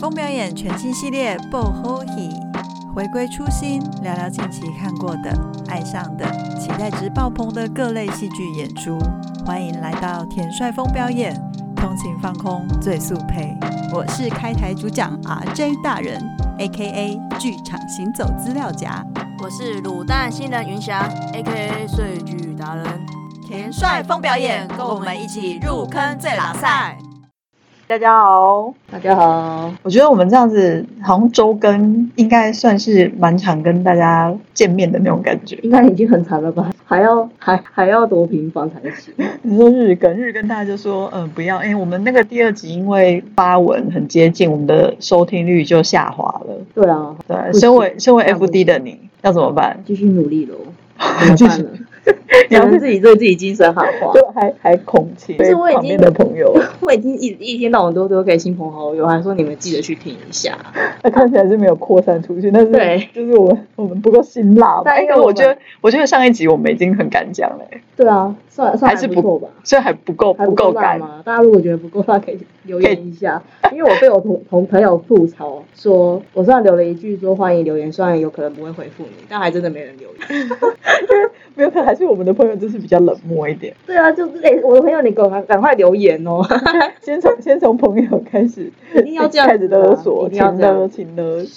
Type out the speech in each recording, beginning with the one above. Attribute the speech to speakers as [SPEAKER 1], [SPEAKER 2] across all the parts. [SPEAKER 1] 风表演全新系列《爆吼戏》，回归初心，聊聊近期看过的、爱上的、期待值爆棚的各类戏剧演出。欢迎来到田帅风表演，通勤放空最速配。我是开台主讲 RJ 大人，A.K.A 剧场行走资料夹。
[SPEAKER 2] 我是卤蛋新人云霞，A.K.A 睡剧达人。
[SPEAKER 1] 田帅风表演，跟我们一起入坑最拉赛。
[SPEAKER 3] 大家好，
[SPEAKER 4] 大家好，
[SPEAKER 3] 我觉得我们这样子好像周更应该算是蛮常跟大家见面的那种感觉。
[SPEAKER 4] 应该已经很惨了吧？还要还还要多频繁才行？
[SPEAKER 3] 你说日更，日更大家就说嗯不要，哎、我们那个第二集因为发文很接近，我们的收听率就下滑了。
[SPEAKER 4] 对 啊，
[SPEAKER 3] 对，
[SPEAKER 4] 不行
[SPEAKER 3] 身为身为
[SPEAKER 4] 那我
[SPEAKER 3] FD 的你要怎么办？
[SPEAKER 4] 继续努力 喽，怎 么办呢？
[SPEAKER 3] 你
[SPEAKER 4] 只
[SPEAKER 3] 要
[SPEAKER 4] 能
[SPEAKER 3] 是
[SPEAKER 4] 自己对自己精神喊话。
[SPEAKER 3] 就还还恐气，
[SPEAKER 4] 可是我已
[SPEAKER 3] 旁
[SPEAKER 4] 经
[SPEAKER 3] 边的朋 友，
[SPEAKER 4] 我已经一一天到晚都都给亲朋好友，还说你们记得去听一下。
[SPEAKER 3] 他看起来是没有扩散出去，但是
[SPEAKER 4] 对
[SPEAKER 3] 就是我们我们不够辛辣吧？
[SPEAKER 4] 但
[SPEAKER 3] 哎
[SPEAKER 4] 因为
[SPEAKER 3] 可是我
[SPEAKER 4] 我们
[SPEAKER 3] 觉得我觉得上一集我们已经很敢讲了、哎
[SPEAKER 4] 对啊，算算
[SPEAKER 3] 还是
[SPEAKER 4] 不错吧。
[SPEAKER 3] 所以还不够
[SPEAKER 4] 还
[SPEAKER 3] 不够
[SPEAKER 4] 辣
[SPEAKER 3] 敢。
[SPEAKER 4] 吗？大家如果觉得不够辣，可以留言一下。因为我被我同同朋友吐槽说，我虽然留了一句说欢迎留言，虽然有可能不会回复你，但还真的没人留言。
[SPEAKER 3] 没有，可能还是我们的朋友就是比较冷漠一点。
[SPEAKER 4] 对啊，就是类似我的朋友，你赶快赶快留言哦，
[SPEAKER 3] 先从先从朋友开始，
[SPEAKER 4] 一定要这样子啊
[SPEAKER 3] 开始勒索，
[SPEAKER 4] 一
[SPEAKER 3] 请
[SPEAKER 4] 定要这样
[SPEAKER 3] 勒，请勒。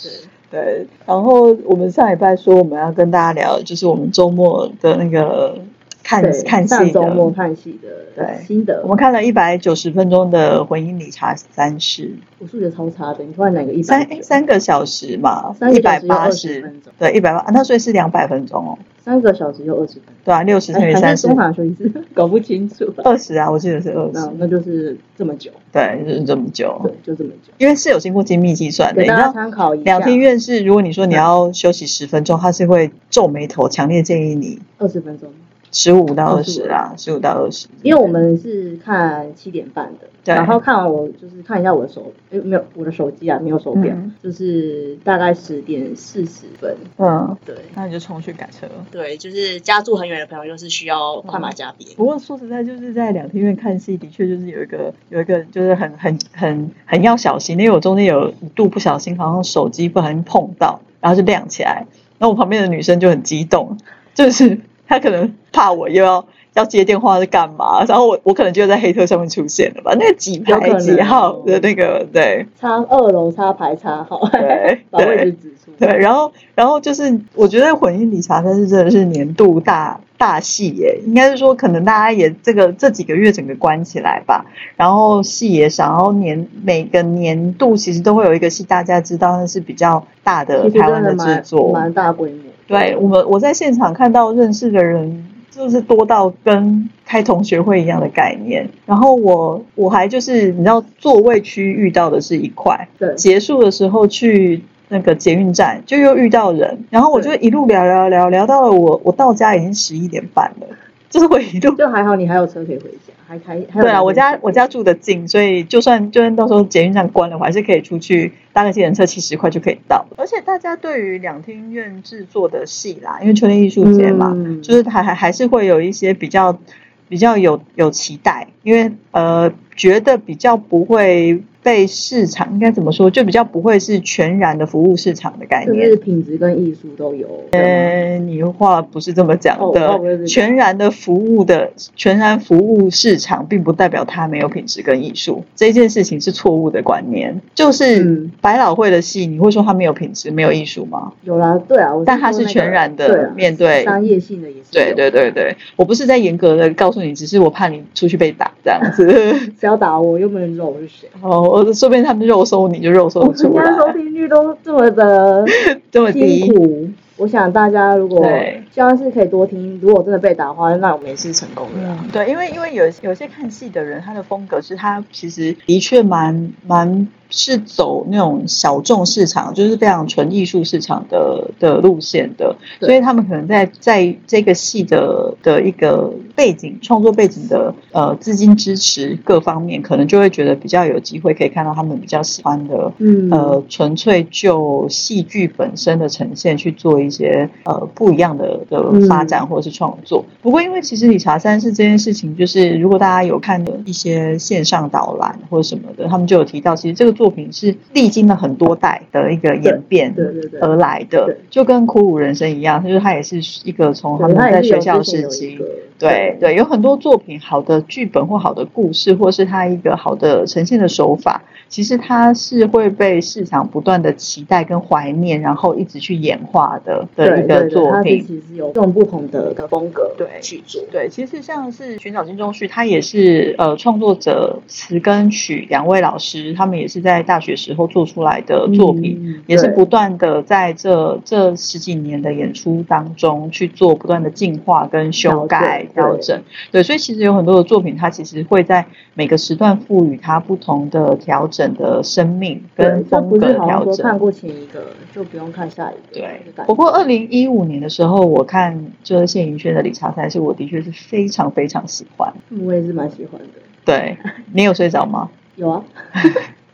[SPEAKER 3] 对，然后我们上礼拜说我们要跟大家聊，就是我们周末的那个看
[SPEAKER 4] 对，
[SPEAKER 3] 看
[SPEAKER 4] 上
[SPEAKER 3] 戏
[SPEAKER 4] 周末
[SPEAKER 3] 的。
[SPEAKER 4] 看戏的
[SPEAKER 3] 对
[SPEAKER 4] 心得
[SPEAKER 3] 我，们看了一百九十分钟的《婚姻理查三世
[SPEAKER 4] 我数学超差的，你突然来个一》，
[SPEAKER 3] 三
[SPEAKER 4] 百
[SPEAKER 3] 诶三个小时嘛
[SPEAKER 4] 三，
[SPEAKER 3] 一
[SPEAKER 4] 个
[SPEAKER 3] 百
[SPEAKER 4] 小时
[SPEAKER 3] 八
[SPEAKER 4] 就20
[SPEAKER 3] 十
[SPEAKER 4] 分钟，
[SPEAKER 3] 对，一百八，那所以是两百分钟哦，
[SPEAKER 4] 三个小时就二十分
[SPEAKER 3] 对啊，六十乘以
[SPEAKER 4] 钟，还嗯
[SPEAKER 3] 三
[SPEAKER 4] 是
[SPEAKER 3] 十
[SPEAKER 4] 中，场休息室， 搞不清楚。
[SPEAKER 3] 二十啊，我记得是二
[SPEAKER 4] 那
[SPEAKER 3] 十，
[SPEAKER 4] 那就是这么久，
[SPEAKER 3] 对，就是这么久
[SPEAKER 4] 对，，就这么久，
[SPEAKER 3] 因为是有经过精密计算的，
[SPEAKER 4] 给
[SPEAKER 3] 你知
[SPEAKER 4] 大
[SPEAKER 3] 道
[SPEAKER 4] 家参考一下。
[SPEAKER 3] 两厅院是，如果你说你要休息十分钟，他是会皱眉头，强烈建议你
[SPEAKER 4] 二十分钟，
[SPEAKER 3] 十五到二十啊，十五到二十。
[SPEAKER 4] 因为我们是看七点半的，
[SPEAKER 3] 对
[SPEAKER 4] 然后看完我就是看一下我的手，诶，没有我的手机啊，没有手表，
[SPEAKER 3] 嗯
[SPEAKER 4] 就是大概十点四十分，
[SPEAKER 3] 嗯，
[SPEAKER 4] 对。
[SPEAKER 3] 那你就冲去赶车。
[SPEAKER 4] 对，就是家住很远的朋友，就是需要快马加鞭。
[SPEAKER 3] 不过说实在，就是在两厅院看戏，的确就是有一个有一个就是很很很很要小心，因为我中间有一度不小心，好像手机不小心碰到，然后就亮起来，然后我旁边的女生就很激动，就是她可能怕我又要。要接电话是干嘛？然后我我可能就在黑特上面出现了吧？那个几
[SPEAKER 4] 有可
[SPEAKER 3] 排
[SPEAKER 4] 能
[SPEAKER 3] 几号的那个对，
[SPEAKER 4] 插二楼插牌插好，
[SPEAKER 3] 对
[SPEAKER 4] 把位置指出。
[SPEAKER 3] 对，然后然后就是我觉得《混音理查三世》真的是年度大大戏耶，应该是说可能大家也这个这几个月整个关起来吧，然后戏也少，然后年每个年度其实都会有一个戏，大家知道那是比较大的
[SPEAKER 4] 其实
[SPEAKER 3] 台湾
[SPEAKER 4] 真的
[SPEAKER 3] 制
[SPEAKER 4] 蛮
[SPEAKER 3] 作，
[SPEAKER 4] 蛮大规模。
[SPEAKER 3] 对我们，我在现场看到认识的人，就是多到跟开同学会一样的概念。然后我我还就是你知道座位区遇到的是一块，
[SPEAKER 4] 对
[SPEAKER 3] 结束的时候去那个捷运站就又遇到人，然后我就
[SPEAKER 4] 对
[SPEAKER 3] 一路聊聊聊聊到了我我到家已经十一点半了， 就是我一路。
[SPEAKER 4] 就还好你还有车可以回家，还还还有。
[SPEAKER 3] 对啊，我家我家住的近，所以就算就算到时候捷运站关了，我还是可以出去搭个计程车，七十块就可以到。而且大家对于两厅院制作的戏啦，因为秋天艺术节嘛，
[SPEAKER 4] 嗯
[SPEAKER 3] 就是还还还是会有一些比较比较有有期待，因为呃觉得比较不会被市场应该怎么说，就比较不会是全然的服务市场的概
[SPEAKER 4] 就
[SPEAKER 3] 念
[SPEAKER 4] 是。品质跟艺术都有。
[SPEAKER 3] 呃，你话不是这么讲
[SPEAKER 4] 哦
[SPEAKER 3] 的
[SPEAKER 4] 我不是这，样
[SPEAKER 3] 全然的服务的全然服务市场，并不代表它没有品质跟艺术，这件事情是错误的观念。就是
[SPEAKER 4] 嗯
[SPEAKER 3] 百老汇的戏，你会说它没有品质、没有艺术吗？
[SPEAKER 4] 有啦，对啊，我
[SPEAKER 3] 但它
[SPEAKER 4] 说
[SPEAKER 3] 是
[SPEAKER 4] 那个
[SPEAKER 3] 全然
[SPEAKER 4] 对
[SPEAKER 3] 的
[SPEAKER 4] 啊
[SPEAKER 3] 面对
[SPEAKER 4] 商业性的也是。
[SPEAKER 3] 对对，对对，我不是在严格的告诉你，只是我怕你出去被打这样子。
[SPEAKER 4] 谁要打我又没人知道我是谁。
[SPEAKER 3] 哦，我说不定他们肉搜你就肉搜
[SPEAKER 4] 我们
[SPEAKER 3] 得出
[SPEAKER 4] 家
[SPEAKER 3] 来，
[SPEAKER 4] 收听率都这么的
[SPEAKER 3] 这么
[SPEAKER 4] 辛
[SPEAKER 3] 低。
[SPEAKER 4] 苦，我想大家如果
[SPEAKER 3] 对
[SPEAKER 4] 希望是可以多听，如果真的被打的话，那我们也是成功的啦。
[SPEAKER 3] 嗯，对，因为因为有有些看戏的人，他的风格是他其实的确蛮蛮是走那种小众市场，就是非常纯艺术市场的的路线的，
[SPEAKER 4] 对
[SPEAKER 3] 所以他们可能在在这个戏的的一个背景创作背景的呃资金支持各方面，可能就会觉得比较有机会可以看到他们比较喜欢的
[SPEAKER 4] 嗯，
[SPEAKER 3] 呃，纯粹就戏剧本身的呈现去做一些呃不一样的的
[SPEAKER 4] 嗯
[SPEAKER 3] 发展或者是创作。不过，因为其实理查三世这件事情，就是如果大家有看的一些线上导览或者什么的，他们就有提到，其实这个作品是历经了很多代的一个演变
[SPEAKER 4] 对对对
[SPEAKER 3] 而来的
[SPEAKER 4] 对，
[SPEAKER 3] 就跟《苦武人生》一样，就是它也是一个从他
[SPEAKER 4] 对
[SPEAKER 3] 们
[SPEAKER 4] 他
[SPEAKER 3] 在
[SPEAKER 4] 也是
[SPEAKER 3] 学
[SPEAKER 4] 有
[SPEAKER 3] 校
[SPEAKER 4] 之前
[SPEAKER 3] 时
[SPEAKER 4] 有一
[SPEAKER 3] 期
[SPEAKER 4] 个，
[SPEAKER 3] 对对，有很多作品，好的剧本或好的故事，或是它一个好的呈现的手法，其实它是会被市场不断的期待跟怀念，然后一直去演化的的
[SPEAKER 4] 对对
[SPEAKER 3] 一个
[SPEAKER 4] 对，
[SPEAKER 3] 作
[SPEAKER 4] 他
[SPEAKER 3] 品。
[SPEAKER 4] 其实有用不同的风格
[SPEAKER 3] 对
[SPEAKER 4] 去做。
[SPEAKER 3] 对，其实像是《寻找金钟旭》，他也是呃创作者词跟曲两位老师，他们也是在大学时候做出来的作品，
[SPEAKER 4] 嗯
[SPEAKER 3] 也是
[SPEAKER 4] 对
[SPEAKER 3] 不断的在这这十几年的演出当中去做不断的进化跟修
[SPEAKER 4] 调
[SPEAKER 3] 改
[SPEAKER 4] 整
[SPEAKER 3] 调
[SPEAKER 4] 对
[SPEAKER 3] 整。对，所以其实有很多的作品，它其实会在每个时段赋予它不同的调整的生命跟
[SPEAKER 4] 对，这
[SPEAKER 3] 风
[SPEAKER 4] 不
[SPEAKER 3] 格
[SPEAKER 4] 是
[SPEAKER 3] 的
[SPEAKER 4] 好
[SPEAKER 3] 调
[SPEAKER 4] 像说
[SPEAKER 3] 整。
[SPEAKER 4] 看过前一个就不用看下一个。
[SPEAKER 3] 对
[SPEAKER 4] 的感，觉
[SPEAKER 3] 不过二零一五年的时候，我看就是谢盈萱的《理查才是我的确是非常非常喜欢。
[SPEAKER 4] 嗯我也是蛮喜欢的。
[SPEAKER 3] 对你有睡 着吗？
[SPEAKER 4] 有啊，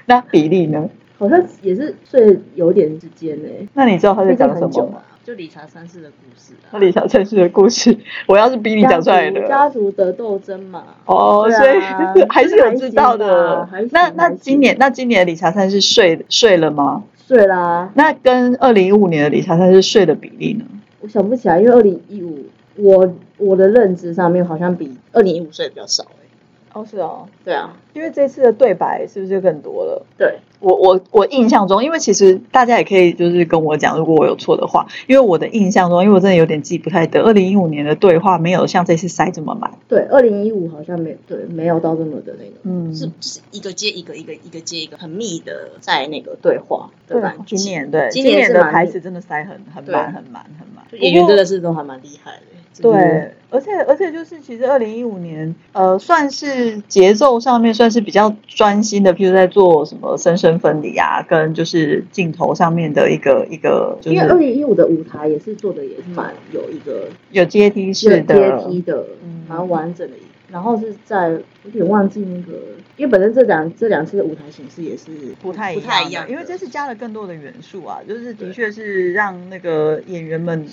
[SPEAKER 3] 那比例呢？
[SPEAKER 4] 好像也是睡有点之间呢、欸，
[SPEAKER 3] 那你知道他在
[SPEAKER 4] 毕竟
[SPEAKER 3] 讲什
[SPEAKER 4] 很久
[SPEAKER 3] 么吗？
[SPEAKER 4] 了，就理查三世的故事啊
[SPEAKER 3] 那理想城市的故事，我要是比你讲出来的
[SPEAKER 4] 家族的斗争嘛。
[SPEAKER 3] 哦，所以
[SPEAKER 4] 对啊
[SPEAKER 3] 还啊是有知道
[SPEAKER 4] 还行
[SPEAKER 3] 的
[SPEAKER 4] 啦还行。
[SPEAKER 3] 那那
[SPEAKER 4] 还行
[SPEAKER 3] 今年那今年的理查三是睡睡了吗？
[SPEAKER 4] 睡啦，
[SPEAKER 3] 那跟二零一五年的理查三是睡的比例呢？
[SPEAKER 4] 我想不起来，因为二零一五，我我的认知上面好像比二零一五睡得比较少哎、
[SPEAKER 3] 哦，是哦，
[SPEAKER 4] 对啊，
[SPEAKER 3] 因为这次的对白是不是就更多了？
[SPEAKER 4] 对，
[SPEAKER 3] 我我我印象中，因为其实大家也可以就是跟我讲，如果我有错的话，因为我的印象中，因为我真的有点记不太得，二零一五年的对话没有像这次塞这么满，
[SPEAKER 4] 对，二零一五好像没对没有到这么的那个，
[SPEAKER 3] 嗯
[SPEAKER 4] 是就是一个接一个，一个一个接一个，很密的在那个对话的感觉。
[SPEAKER 3] 今年对
[SPEAKER 4] 今年是
[SPEAKER 3] 的
[SPEAKER 4] 蛮
[SPEAKER 3] 台词真的塞很很
[SPEAKER 4] 对
[SPEAKER 3] 满很满很满，
[SPEAKER 4] 演员
[SPEAKER 3] 不过
[SPEAKER 4] 真的是都还蛮厉害的，欸真的
[SPEAKER 3] 对，而且而且就是，其实二零一五年，呃，算是节奏上面算是比较专心的，譬如在做什么生生分离啊，跟就是镜头上面的一个一个，就
[SPEAKER 4] 因为二
[SPEAKER 3] 是
[SPEAKER 4] 零一五的舞台也是做的也是蛮有一个
[SPEAKER 3] 有阶梯式的
[SPEAKER 4] 阶梯的
[SPEAKER 3] 嗯，
[SPEAKER 4] 蛮完整的。然后是在有点忘记那个，因为本身这两这两次的舞台形式也是
[SPEAKER 3] 不太
[SPEAKER 4] 不太
[SPEAKER 3] 一
[SPEAKER 4] 一
[SPEAKER 3] 样的，
[SPEAKER 4] 样，
[SPEAKER 3] 因为这次加了更多的元素啊，就是的确是让那个演员们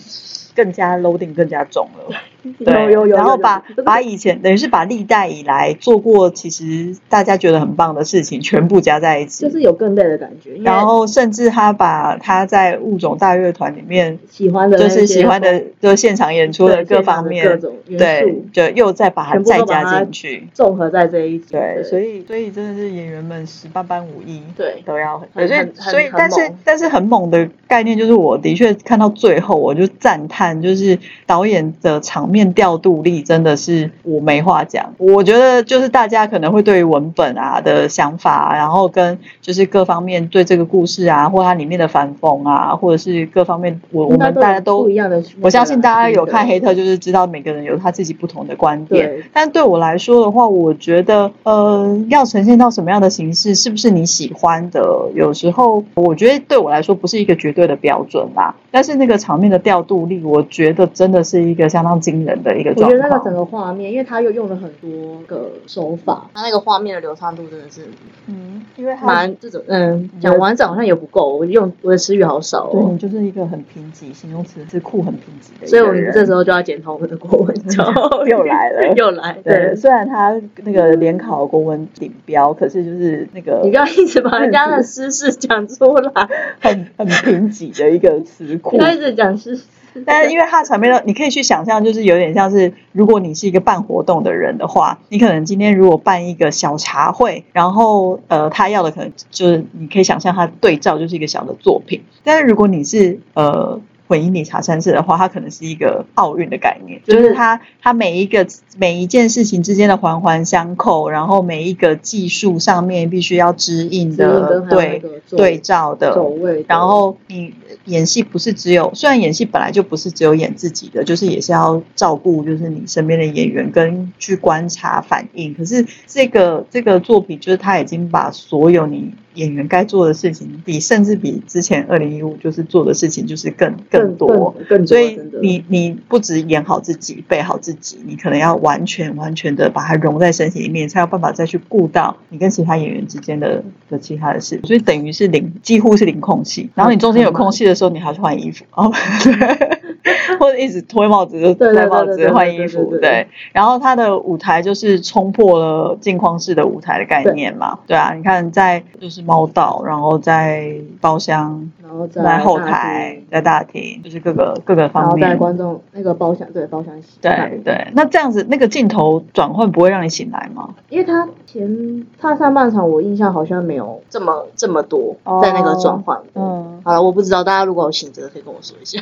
[SPEAKER 3] 更加 loading 更加重了，
[SPEAKER 4] 有有有有，
[SPEAKER 3] 然后
[SPEAKER 4] 有
[SPEAKER 3] 把
[SPEAKER 4] 这个
[SPEAKER 3] 把以前等于是把历代以来做过其实大家觉得很棒的事情全部加在一起，
[SPEAKER 4] 就是有更累的感觉，因为
[SPEAKER 3] 然后甚至他把他在物种大乐团里面
[SPEAKER 4] 喜欢的那
[SPEAKER 3] 就
[SPEAKER 4] 些
[SPEAKER 3] 是喜欢的，就现场演出的
[SPEAKER 4] 对
[SPEAKER 3] 各
[SPEAKER 4] 现场
[SPEAKER 3] 方
[SPEAKER 4] 的
[SPEAKER 3] 面
[SPEAKER 4] 各，种元
[SPEAKER 3] 对
[SPEAKER 4] 素，
[SPEAKER 3] 就又再把它
[SPEAKER 4] 全部
[SPEAKER 3] 再
[SPEAKER 4] 都把
[SPEAKER 3] 加
[SPEAKER 4] 它
[SPEAKER 3] 进去。
[SPEAKER 4] 综合在这一集，
[SPEAKER 3] 对，所
[SPEAKER 4] 以
[SPEAKER 3] 以所以真的是演员们十八般武艺，
[SPEAKER 4] 对
[SPEAKER 3] 都要很，
[SPEAKER 4] 很
[SPEAKER 3] 所以
[SPEAKER 4] 很很
[SPEAKER 3] 所以
[SPEAKER 4] 很
[SPEAKER 3] 但是
[SPEAKER 4] 猛
[SPEAKER 3] 但是很猛的概念就是，我的确看到最后，我就赞叹，就是导演的场面调度力真的是我没话讲。我觉得就是大家可能会对于文本啊的想法啊、然后跟就是各方面对这个故事啊，或它里面的反讽啊，或者是各方面，我我
[SPEAKER 4] 应该
[SPEAKER 3] 们
[SPEAKER 4] 都
[SPEAKER 3] 大家
[SPEAKER 4] 有
[SPEAKER 3] 都
[SPEAKER 4] 不一样的那个啦，
[SPEAKER 3] 我相信大家有看
[SPEAKER 4] 对
[SPEAKER 3] 黑特，就是知道每个人有他自己不同的观点
[SPEAKER 4] 对。
[SPEAKER 3] 但对我来说的话，我觉得呃，要呈现到什么样的形式，是不是你喜欢的？有时候我觉得对我来说不是一个绝对的标准啦。但是那个场面的调度力，我觉得真的是一个相当惊人的一个
[SPEAKER 4] 我
[SPEAKER 3] 状
[SPEAKER 4] 觉得
[SPEAKER 3] 况。
[SPEAKER 4] 那个整个画面，因为他又用了很多个手法，他那个画面的流畅度真的是
[SPEAKER 3] 嗯，因为它
[SPEAKER 4] 蛮这种，嗯，讲完整好像也不够，我用我的词语好少
[SPEAKER 3] 对
[SPEAKER 4] 哦
[SPEAKER 3] 你，就是一个很贫瘠，形容词是酷很贫瘠的一个人。
[SPEAKER 4] 所以我们这时候就要检讨我们的国文教育
[SPEAKER 3] 又来了
[SPEAKER 4] 又来，
[SPEAKER 3] 对，
[SPEAKER 4] 对，
[SPEAKER 3] 虽然他那个联考国文顶标，可是就是那个
[SPEAKER 4] 你不要一直把人家的私事讲出来，
[SPEAKER 3] 很很贫瘠的一个词
[SPEAKER 4] 不
[SPEAKER 3] 库。
[SPEAKER 4] 要一直讲私事，
[SPEAKER 3] 但是因为它的场面呢，你可以去想象，就是有点像是，如果你是一个办活动的人的话，你可能今天如果办一个小茶会，然后呃，他要的可能就是你可以想象他对照就是一个小的作品。但是如果你是呃。混音理查三世的话，它可能是一个奥运的概念，就是它它每一个每一件事情之间的环环相扣，然后每一个技术上面必须要指引
[SPEAKER 4] 指
[SPEAKER 3] 的
[SPEAKER 4] 引跟还有那
[SPEAKER 3] 对
[SPEAKER 4] 个走
[SPEAKER 3] 对照的
[SPEAKER 4] 走位的，
[SPEAKER 3] 然后你演戏不是只有，虽然演戏本来就不是只有演自己的，就是也是要照顾，就是你身边的演员跟去观察反应。可是这个这个作品，就是他已经把所有你演员该做的事情，比甚至比之前二零一五就是做的事情就是更
[SPEAKER 4] 更
[SPEAKER 3] 多。
[SPEAKER 4] 更更多
[SPEAKER 3] 所以
[SPEAKER 4] 真的
[SPEAKER 3] 你你不只演好自己，背好自己，你可能要完全完全的把它融在身体里面，才有办法再去顾到你跟其他演员之间的的其他的事。所以等于是零，几乎是零空隙。然后你中间有空隙的时候，你还要去换衣服。哦，对 或者一直脱帽子就
[SPEAKER 4] 对对
[SPEAKER 3] 戴
[SPEAKER 4] 对
[SPEAKER 3] 帽
[SPEAKER 4] 对
[SPEAKER 3] 子
[SPEAKER 4] 对
[SPEAKER 3] 换
[SPEAKER 4] 对
[SPEAKER 3] 衣服，
[SPEAKER 4] 对对
[SPEAKER 3] 对。然后它的舞台就是冲破了镜框式的舞台的概念嘛，对啊，你看在就是猫道，然后在包厢，
[SPEAKER 4] 然后再
[SPEAKER 3] 在后
[SPEAKER 4] 大
[SPEAKER 3] 台
[SPEAKER 4] 厅，
[SPEAKER 3] 在大厅，就是各个各个
[SPEAKER 4] 然
[SPEAKER 3] 方
[SPEAKER 4] 后在
[SPEAKER 3] 面。
[SPEAKER 4] 观众那个包厢，对包厢席那
[SPEAKER 3] 对
[SPEAKER 4] 边，
[SPEAKER 3] 对，那这样子那个镜头转换不会让你醒来吗？
[SPEAKER 4] 因为他前他上半场我印象好像没有这么这么多
[SPEAKER 3] 哦
[SPEAKER 4] 在那个转换，嗯。
[SPEAKER 3] 嗯，
[SPEAKER 4] 好了，我不知道大家如果有醒着的可以跟我说 一下，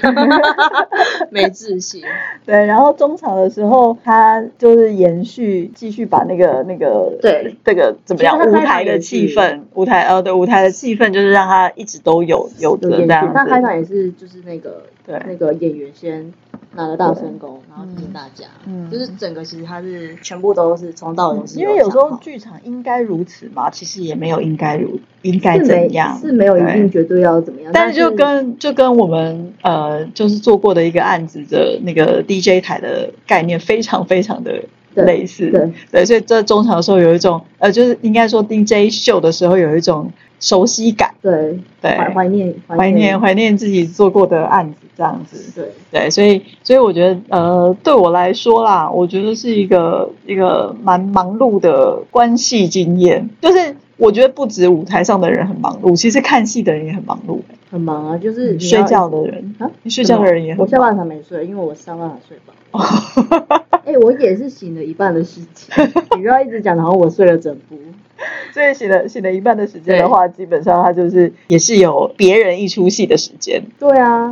[SPEAKER 4] 没自信。
[SPEAKER 3] 对。然后中场的时候，他就是延续继续把那个那个
[SPEAKER 4] 对
[SPEAKER 3] 这个怎么样
[SPEAKER 4] 其实
[SPEAKER 3] 舞
[SPEAKER 4] 他开场
[SPEAKER 3] 台的
[SPEAKER 4] 也
[SPEAKER 3] 气
[SPEAKER 4] 是
[SPEAKER 3] 氛，舞台呃对舞台的气氛就是让他一直都有有着
[SPEAKER 4] 有
[SPEAKER 3] 这
[SPEAKER 4] 演
[SPEAKER 3] 样
[SPEAKER 4] 员，
[SPEAKER 3] 子。
[SPEAKER 4] 但开场也是就是那个
[SPEAKER 3] 对
[SPEAKER 4] 那个演员先拿了大声功，然后提醒大家，
[SPEAKER 3] 嗯
[SPEAKER 4] 就是整个其实他是全部都是从到嗯有，
[SPEAKER 3] 因为有时候剧场应该如此嘛，其实也没有应该如应该
[SPEAKER 4] 是没
[SPEAKER 3] 怎样，
[SPEAKER 4] 是没有一
[SPEAKER 3] 对
[SPEAKER 4] 定绝对要怎么样，
[SPEAKER 3] 但
[SPEAKER 4] 但
[SPEAKER 3] 是就跟就跟我们呃，就是做过的一个案子的那个 DJ 台的概念非常非常的
[SPEAKER 4] 对
[SPEAKER 3] 类似，
[SPEAKER 4] 对
[SPEAKER 3] 所以在中场的时候有一种呃，就是应该说 DJ 秀的时候有一种熟悉感，
[SPEAKER 4] 对
[SPEAKER 3] 对，
[SPEAKER 4] 怀怀念
[SPEAKER 3] 怀念怀念自己做过的案子这样子，
[SPEAKER 4] 对
[SPEAKER 3] 对，所以所以我觉得，呃，对我来说啦，我觉得是一个一个蛮忙碌的关系经验，就是我觉得不止舞台上的人很忙碌，其实看戏的人也很忙碌、
[SPEAKER 4] 很忙啊，就是你要
[SPEAKER 3] 嗯睡觉的人，
[SPEAKER 4] 啊，
[SPEAKER 3] 你睡觉的人也
[SPEAKER 4] 我
[SPEAKER 3] 很
[SPEAKER 4] 下
[SPEAKER 3] 忙。哦
[SPEAKER 4] 半场没睡，因为我上半场睡饱。 哎、我也是醒了一半的事情，你不要一直讲，然后我睡了整部。
[SPEAKER 3] 所以写了写了一半的时间的话，基本上他就是也是有别人一出戏的时间。
[SPEAKER 4] 对啊，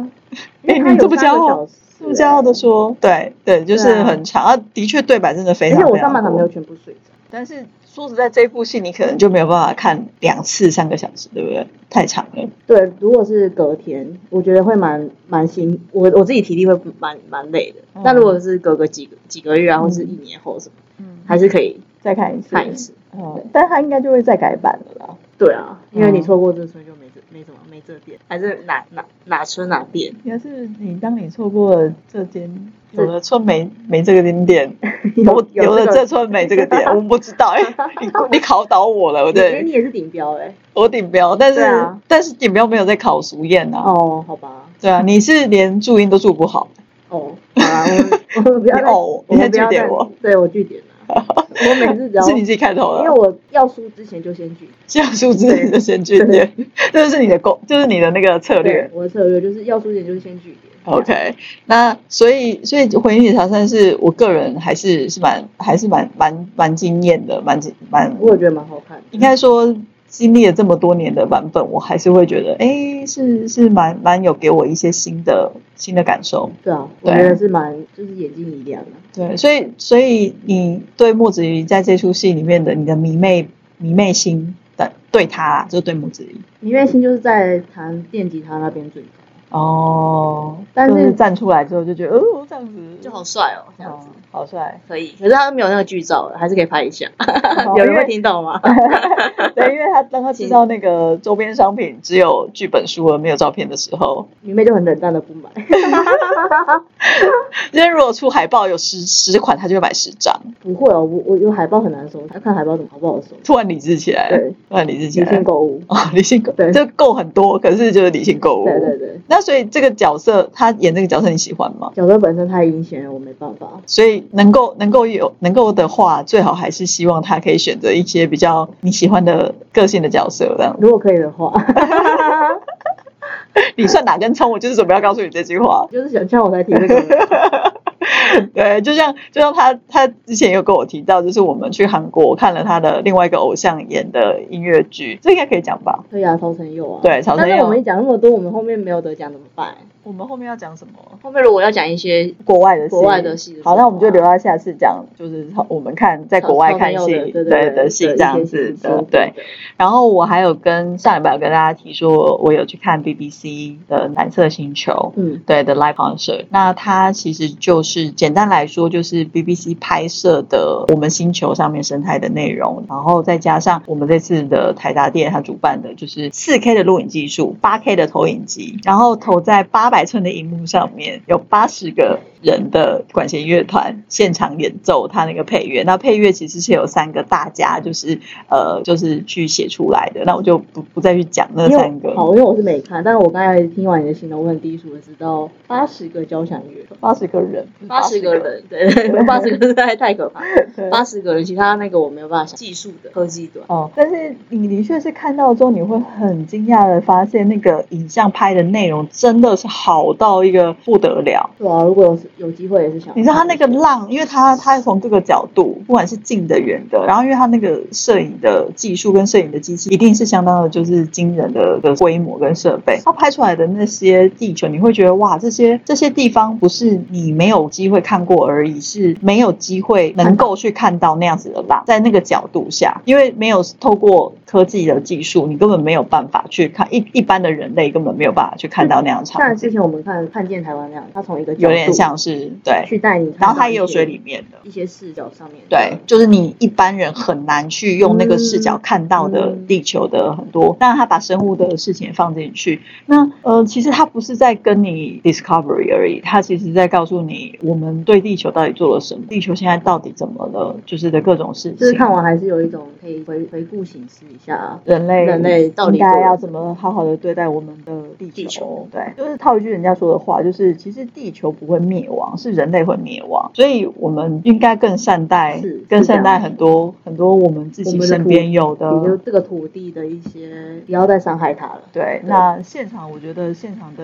[SPEAKER 4] 因
[SPEAKER 3] 哎、
[SPEAKER 4] 为它
[SPEAKER 3] 你这
[SPEAKER 4] 有
[SPEAKER 3] 么
[SPEAKER 4] 三
[SPEAKER 3] 骄
[SPEAKER 4] 个
[SPEAKER 3] 傲
[SPEAKER 4] 小，时
[SPEAKER 3] 这么骄傲的
[SPEAKER 4] 哎
[SPEAKER 3] 说，对对，就是
[SPEAKER 4] 对啊
[SPEAKER 3] 很长啊，的确对白真的非
[SPEAKER 4] 而
[SPEAKER 3] 常。
[SPEAKER 4] 且
[SPEAKER 3] 非
[SPEAKER 4] 我
[SPEAKER 3] 常
[SPEAKER 4] 上半场
[SPEAKER 3] 多
[SPEAKER 4] 没有全部睡着，
[SPEAKER 3] 但是说实在，这部戏你可能就没有办法看两次三个小时，对不对？太长了。
[SPEAKER 4] 对，如果是隔天，我觉得会蛮蛮辛，我我自己体力会蛮蛮累的。
[SPEAKER 3] 嗯
[SPEAKER 4] 但如果是隔个几个几个月啊，
[SPEAKER 3] 嗯
[SPEAKER 4] 或是一年后什么，
[SPEAKER 3] 嗯，
[SPEAKER 4] 还是可以
[SPEAKER 3] 再看一次，
[SPEAKER 4] 看一。次。
[SPEAKER 3] 嗯，但他应该就会再改版了啦。
[SPEAKER 4] 对啊，因为
[SPEAKER 3] 嗯
[SPEAKER 4] 你错过这村就没这没什么没这变，还是哪哪哪村哪变，
[SPEAKER 3] 要是你当你错过了这间，有的村没没这个景点，我
[SPEAKER 4] 有
[SPEAKER 3] 有
[SPEAKER 4] 这
[SPEAKER 3] 了
[SPEAKER 4] 个
[SPEAKER 3] 这村没这个 点，我不知道。哎，你你考倒我了，
[SPEAKER 4] 你哎
[SPEAKER 3] 对
[SPEAKER 4] 你，也是顶标哎、
[SPEAKER 3] 我顶标，但是、
[SPEAKER 4] 对啊
[SPEAKER 3] 但是顶标没有在考熟验啊。
[SPEAKER 4] 哦，好吧，
[SPEAKER 3] 对啊，你是连注音都注不好，
[SPEAKER 4] 哦，好啦，我们我们不要
[SPEAKER 3] 你
[SPEAKER 4] 再，
[SPEAKER 3] 哦
[SPEAKER 4] 我们
[SPEAKER 3] 你
[SPEAKER 4] 不
[SPEAKER 3] 在
[SPEAKER 4] 要
[SPEAKER 3] 据点
[SPEAKER 4] 再
[SPEAKER 3] 我，
[SPEAKER 4] 对我据 点了。我每次只要
[SPEAKER 3] 是你自己开头了。
[SPEAKER 4] 因为我要输之前就先据点，
[SPEAKER 3] 像数字你的先据点， 这就是你的攻，就是你的那个策
[SPEAKER 4] 对
[SPEAKER 3] 略，。
[SPEAKER 4] 我的策略就是要输之前就是先据点。
[SPEAKER 3] OK，那所以所以回应茶山是我个人还是是蛮还是蛮蛮蛮惊艳的，蛮惊蛮
[SPEAKER 4] 我也觉得蛮好看的。
[SPEAKER 3] 应该说经历了这么多年的版本，我还是会觉得哎是是蛮蛮有给我一些新的新的感受。
[SPEAKER 4] 对啊，我
[SPEAKER 3] 对
[SPEAKER 4] 觉得是蛮就是眼睛一亮的。
[SPEAKER 3] 对，所以所以你对莫子仪在这出戏里面的你的迷妹迷妹心的对他就对莫子仪
[SPEAKER 4] 迷妹心就是在弹电吉他那边最高，
[SPEAKER 3] 哦，
[SPEAKER 4] 但是
[SPEAKER 3] 就是站出来之后就觉得哦这样子
[SPEAKER 4] 就好帅哦，这样
[SPEAKER 3] 哦
[SPEAKER 4] 子。，
[SPEAKER 3] 好帅
[SPEAKER 4] 可以，可是他没有那个剧照了，还是可以拍一下。
[SPEAKER 3] 好
[SPEAKER 4] 有
[SPEAKER 3] 因
[SPEAKER 4] 人
[SPEAKER 3] 为
[SPEAKER 4] 会听 到吗？
[SPEAKER 3] 对，因为他当他知道那个周边商品只有剧本书而没有照片的时候，
[SPEAKER 4] 迷妹就很冷淡的不买。
[SPEAKER 3] 因为如果出海报有十十款，他就会买十张。
[SPEAKER 4] 不会哦，我我有海报很难收，要看海报怎么好不好收。
[SPEAKER 3] 突然理智起来了
[SPEAKER 4] 对，
[SPEAKER 3] 突然理智起
[SPEAKER 4] 极
[SPEAKER 3] 来
[SPEAKER 4] 限
[SPEAKER 3] 了。
[SPEAKER 4] 购物。
[SPEAKER 3] 哦， 理性购
[SPEAKER 4] 对
[SPEAKER 3] 就购很多，可是就是理性购物。
[SPEAKER 4] 对对对，
[SPEAKER 3] 那所以这个角色，他演这个角色你喜欢吗？
[SPEAKER 4] 角色本身太阴险了，我没办法。
[SPEAKER 3] 所以能够能够有能够的话，最好还是希望他可以选择一些比较你喜欢的个性的角色。这样，
[SPEAKER 4] 如果可以的 话，
[SPEAKER 3] 你算哪根葱？我就是准备要告诉你这句话。
[SPEAKER 4] 就是想像我才提这 个。
[SPEAKER 3] 对，就像就像他他之前有跟我提到，就是我们去韩国看了他的另外一个偶像演的音乐剧，这应该可以讲吧？
[SPEAKER 4] 对啊，曹承佑啊。。
[SPEAKER 3] 对，曹承
[SPEAKER 4] 但是我们
[SPEAKER 3] 佑。
[SPEAKER 4] 讲那么多，我们后面没有得奖怎么办？
[SPEAKER 3] 我们后面要讲什么？
[SPEAKER 4] 后面如果要讲一些
[SPEAKER 3] 国外的戏
[SPEAKER 4] 国外的戏
[SPEAKER 3] 好，那我们就
[SPEAKER 4] 啊
[SPEAKER 3] 留到下次讲，就是我们看在国外看戏
[SPEAKER 4] 对
[SPEAKER 3] 的戏这样子的，对。，然后我还有跟上礼拜有跟大家提说，我有去看 BBC 的《蓝色星球》，
[SPEAKER 4] 嗯，
[SPEAKER 3] 对的 live concert，那它其实就是简单来说，就是 BBC 拍摄的我们星球上面生态的内容，然后再加上我们这次的台达电它主办的就是四 K 的录影技术、八 K 的投影机，然后投在八百寸的荧幕上面，有八十个人的管弦乐团现场演奏他那个配乐。那配乐其实是有三个大家，就是呃，就是去写出来的。那我就不不再去讲那
[SPEAKER 4] 因为
[SPEAKER 3] 三
[SPEAKER 4] 我
[SPEAKER 3] 个。
[SPEAKER 4] 好，因为我是没看，但是我刚才听完你的形容，我很低俗的知道八十个交响乐，
[SPEAKER 3] 八十个人，不是
[SPEAKER 4] 八十
[SPEAKER 3] 80
[SPEAKER 4] 个，人，对，八十个人太太可怕了，
[SPEAKER 3] 对
[SPEAKER 4] 八十个人，其他那个我没有办法想，技术的科技的，
[SPEAKER 3] 哦，但是你的确是看到之后，你会很惊讶的发现，那个影像拍的内容真的是好到一个不得了。
[SPEAKER 4] 对啊，如果有有机会也是想，
[SPEAKER 3] 你知道他那个浪，因为他他从各个角度，不管是近的远的，然后因为他那个摄影的技术跟摄影的机器，一定是相当的，就是惊人的的规模跟设备。他拍出来的那些地球，你会觉得哇，这些这些地方不是你没有机会看过而已，是没有机会能够去看到那样子的浪，在那个角度下，因为没有透过科技的技术，你根本没有办法去看一一般的人类根本没有办法去看到那样的
[SPEAKER 4] 像
[SPEAKER 3] 场
[SPEAKER 4] 之
[SPEAKER 3] 景，
[SPEAKER 4] 前我们看《看见台湾》那样，他从一个角
[SPEAKER 3] 有
[SPEAKER 4] 度
[SPEAKER 3] 点像是
[SPEAKER 4] 去
[SPEAKER 3] 对，
[SPEAKER 4] 带你看到
[SPEAKER 3] 然后它也有
[SPEAKER 4] 一些
[SPEAKER 3] 水里面的。
[SPEAKER 4] 一些视角上面，
[SPEAKER 3] 对，就是你一般人很难去用那个视角看到的
[SPEAKER 4] 嗯嗯
[SPEAKER 3] 地球的很多，但他把生物的事情也放进去。那呃，其实他不是在跟你 discovery 而已，他其实在告诉你我们对地球到底做了什么，地球现在到底怎么了，就是的各种事
[SPEAKER 4] 就是
[SPEAKER 3] 情。
[SPEAKER 4] 看完还是有一种可以回回顾醒思一下啊。
[SPEAKER 3] 人类
[SPEAKER 4] 人类到底
[SPEAKER 3] 应该
[SPEAKER 4] 做了
[SPEAKER 3] 要怎么好好的对待我们的地球？
[SPEAKER 4] 地球
[SPEAKER 3] 对，就是套一句人家说的话，就是其实地球不会灭亡，是人类会灭亡，所以我们应该更善待
[SPEAKER 4] 是，
[SPEAKER 3] 更
[SPEAKER 4] 是这
[SPEAKER 3] 善
[SPEAKER 4] 样
[SPEAKER 3] 待很多很多我们自
[SPEAKER 4] 我
[SPEAKER 3] 己
[SPEAKER 4] 们的
[SPEAKER 3] 身
[SPEAKER 4] 土
[SPEAKER 3] 边有的。
[SPEAKER 4] 也就这个土地的一些，不要再伤害它了。
[SPEAKER 3] 对，那现场我觉得现场的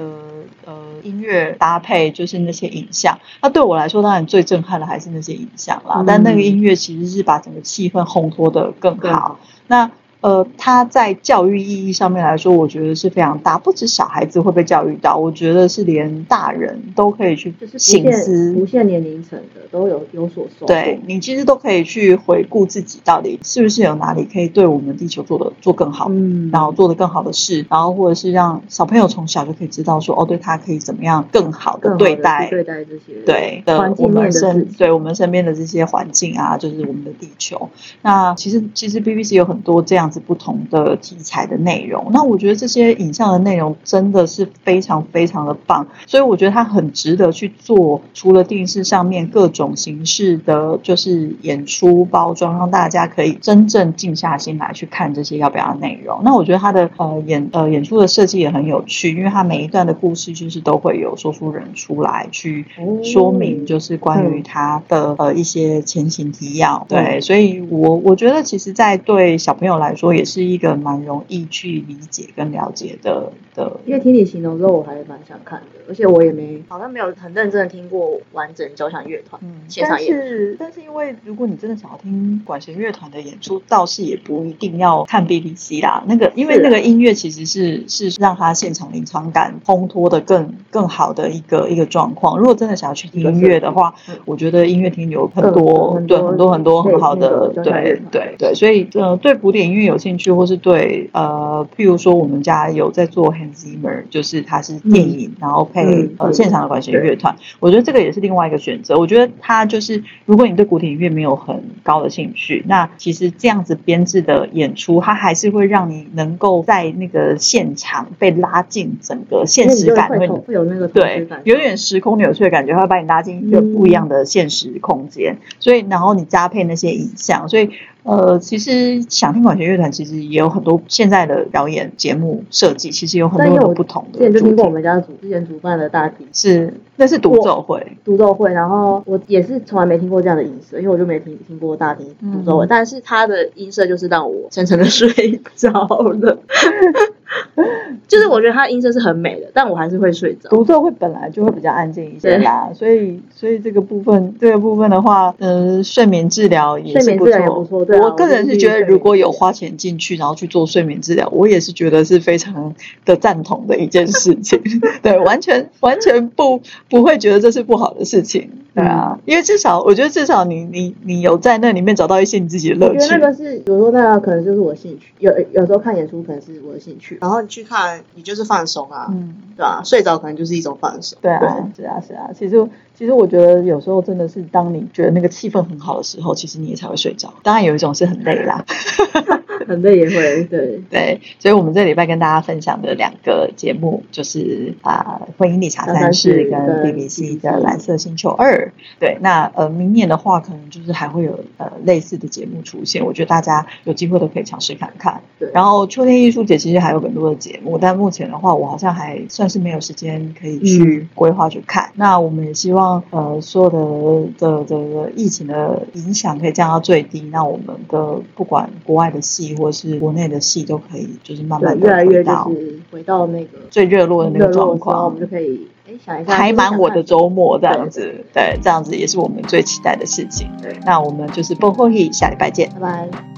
[SPEAKER 3] 呃音乐搭配就是那些影像，那对我来说当然最震撼的还是那些影像啦，
[SPEAKER 4] 嗯
[SPEAKER 3] 但那个音乐其实是把整个气氛烘托的更
[SPEAKER 4] 更
[SPEAKER 3] 好。那呃，它在教育意义上面来说，我觉得是非常大，不止小孩子会被教育到，我觉得是连大人都可以去
[SPEAKER 4] 就是不
[SPEAKER 3] 醒
[SPEAKER 4] 限不
[SPEAKER 3] 思。
[SPEAKER 4] 限年龄层的都有有所收获。
[SPEAKER 3] 对你其实都可以去回顾自己到底是不是有哪里可以对我们地球做的做更好。
[SPEAKER 4] 嗯，
[SPEAKER 3] 然后做得更好的事，然后或者是让小朋友从小就可以知道说，哦，对他可以怎么样更好
[SPEAKER 4] 更好地
[SPEAKER 3] 的对
[SPEAKER 4] 去
[SPEAKER 3] 待，
[SPEAKER 4] 对待这些
[SPEAKER 3] 对的
[SPEAKER 4] 环，
[SPEAKER 3] 我
[SPEAKER 4] 境面
[SPEAKER 3] 们
[SPEAKER 4] 的
[SPEAKER 3] 身
[SPEAKER 4] 事情
[SPEAKER 3] 对我们身边的这些环境啊，就是我们的地球。那其实其实 BBC 有很多这样子不同的题材的内容，那我觉得这些影像的内容真的是非常非常的棒，所以我觉得它很值得去做。除了电视上面各种形式的就是演出包装，让大家可以真正静下心来去看这些要表达内容。那我觉得它的呃演呃演出的设计也很有趣，因为它每一段的故事就是都会有说书人出来去
[SPEAKER 4] 哦
[SPEAKER 3] 说明，就是关于
[SPEAKER 4] 嗯
[SPEAKER 3] 它的呃一些前情提要。
[SPEAKER 4] 嗯
[SPEAKER 3] 对，所以我我觉得其实，在对小朋友来说，也是一个蛮容易去理解跟了解的的。
[SPEAKER 4] 因为听你形容之后，我还蛮想看的，而且我也没好像没有很认真的听过完整交响乐团。
[SPEAKER 3] 嗯
[SPEAKER 4] 现场
[SPEAKER 3] 但
[SPEAKER 4] 演
[SPEAKER 3] 是但是因为如果你真的想要听管弦乐团的演出，倒是也不一定要看 BBC 啦。那个因为
[SPEAKER 4] 是啊
[SPEAKER 3] 那个音乐其实是是让他现场临场感烘托的更更好的一个一个状况。如果真的想要去听
[SPEAKER 4] 一个
[SPEAKER 3] 音
[SPEAKER 4] 设
[SPEAKER 3] 乐
[SPEAKER 4] 计
[SPEAKER 3] 的话，
[SPEAKER 4] 嗯
[SPEAKER 3] 我觉得音乐厅有很
[SPEAKER 4] 嗯
[SPEAKER 3] 多、
[SPEAKER 4] 很
[SPEAKER 3] 对
[SPEAKER 4] 多
[SPEAKER 3] 很多很多
[SPEAKER 4] 可以
[SPEAKER 3] 很好
[SPEAKER 4] 那
[SPEAKER 3] 的
[SPEAKER 4] 个交响乐
[SPEAKER 3] 对
[SPEAKER 4] 团
[SPEAKER 3] 对对，所以呃对古典音乐有兴趣，或是对呃譬如说我们家有在做 Hans Zimmer，就是它是电影，然后配、
[SPEAKER 4] 嗯
[SPEAKER 3] 呃
[SPEAKER 4] 嗯
[SPEAKER 3] 现场的管弦乐团，我觉得这个也是另外一个选择。我觉得它就是，如果你对古典音乐没有很高的兴趣，那其实这样子编制的演出，它还是会让你能够在那个现场被拉进整个现实感
[SPEAKER 4] 因为你就会同
[SPEAKER 3] 会。
[SPEAKER 4] 会有那个同时
[SPEAKER 3] 对
[SPEAKER 4] 感，，
[SPEAKER 3] 有点时空扭曲的感觉，它会把你拉进一个
[SPEAKER 4] 嗯
[SPEAKER 3] 不一样的现实空间。所以，然后你搭配那些影像，所以呃，其实想听管弦乐团，其实也有很多现在的表演节目设计，其实有很
[SPEAKER 4] 但因
[SPEAKER 3] 多
[SPEAKER 4] 为
[SPEAKER 3] 的
[SPEAKER 4] 我
[SPEAKER 3] 不同
[SPEAKER 4] 之
[SPEAKER 3] 的
[SPEAKER 4] 前就
[SPEAKER 3] 主
[SPEAKER 4] 听过我
[SPEAKER 3] 题。
[SPEAKER 4] 们家主之前主办的大提
[SPEAKER 3] 是，那是独奏会。
[SPEAKER 4] 独奏会，然后我也是从来没听过这样的音色，因为我就没听听过大提独奏会，
[SPEAKER 3] 嗯
[SPEAKER 4] 但是它的音色就是让我深深的睡着了， 就是我觉得它的音色是很美的，但我还是会睡着。
[SPEAKER 3] 独奏会本来就会比较安静一些啦，所以所以这个部分这个部分的话，呃，睡眠治疗也是
[SPEAKER 4] 睡眠
[SPEAKER 3] 不
[SPEAKER 4] 治疗也
[SPEAKER 3] 错。
[SPEAKER 4] 不错对啊
[SPEAKER 3] 我个人是觉得，
[SPEAKER 4] 我就是
[SPEAKER 3] 如果有花钱进去，然后去做睡眠治疗，我也是觉得是非常的赞同的一件事 情。对，完全完全不不会觉得这是不好的事情。对啊，
[SPEAKER 4] 嗯
[SPEAKER 3] 因为至少我觉得至少你你你有在那里面找到一些你自己的乐
[SPEAKER 4] 我觉
[SPEAKER 3] 趣
[SPEAKER 4] 得那。个是有时候那个可能就是我的兴趣，有有时候看演出可能是我的兴趣，然后你去看你就是放松啊，
[SPEAKER 3] 嗯。
[SPEAKER 4] 对吧、睡着可能就是一种放松。
[SPEAKER 3] 对啊，是啊，是啊。其实，其实我觉得有时候真的是， 当你觉得那个气氛很好的时候，其实你也才会睡着。当然有一种是很累啦，
[SPEAKER 4] 很累也会，对，
[SPEAKER 3] 对，所以我们这礼拜跟大家分享的两个节目就是啊、婚姻理查三世跟
[SPEAKER 4] 查三世跟
[SPEAKER 3] BBC 的《蓝色星球二》。对，那呃，明年的话，可能就是还会有呃类似的节目出现，我觉得大家有机会都可以尝试看看。
[SPEAKER 4] 对
[SPEAKER 3] 然后秋天艺术节其实还有很多的节目，但目前的话，我好像还算是没有时间可以
[SPEAKER 4] 嗯
[SPEAKER 3] 去规划去看。那我们也希望呃所有的的的的疫情的影响可以降到最低，那我们的不管国外的戏或是国内的戏都可以就是慢
[SPEAKER 4] 对，
[SPEAKER 3] 慢
[SPEAKER 4] 越来
[SPEAKER 3] 的
[SPEAKER 4] 越
[SPEAKER 3] 回
[SPEAKER 4] 就
[SPEAKER 3] 到
[SPEAKER 4] 是回到那个
[SPEAKER 3] 最热络的那
[SPEAKER 4] 热络的
[SPEAKER 3] 个状
[SPEAKER 4] 时候，我
[SPEAKER 3] 况
[SPEAKER 4] 们。就可以哎想一下，
[SPEAKER 3] 排满我的
[SPEAKER 4] 周，
[SPEAKER 3] 周末这样子，对，这样子也是我们最期待的事情。
[SPEAKER 4] 对
[SPEAKER 3] 那我们就是蹦蹦 h 下礼拜见。
[SPEAKER 4] 拜拜。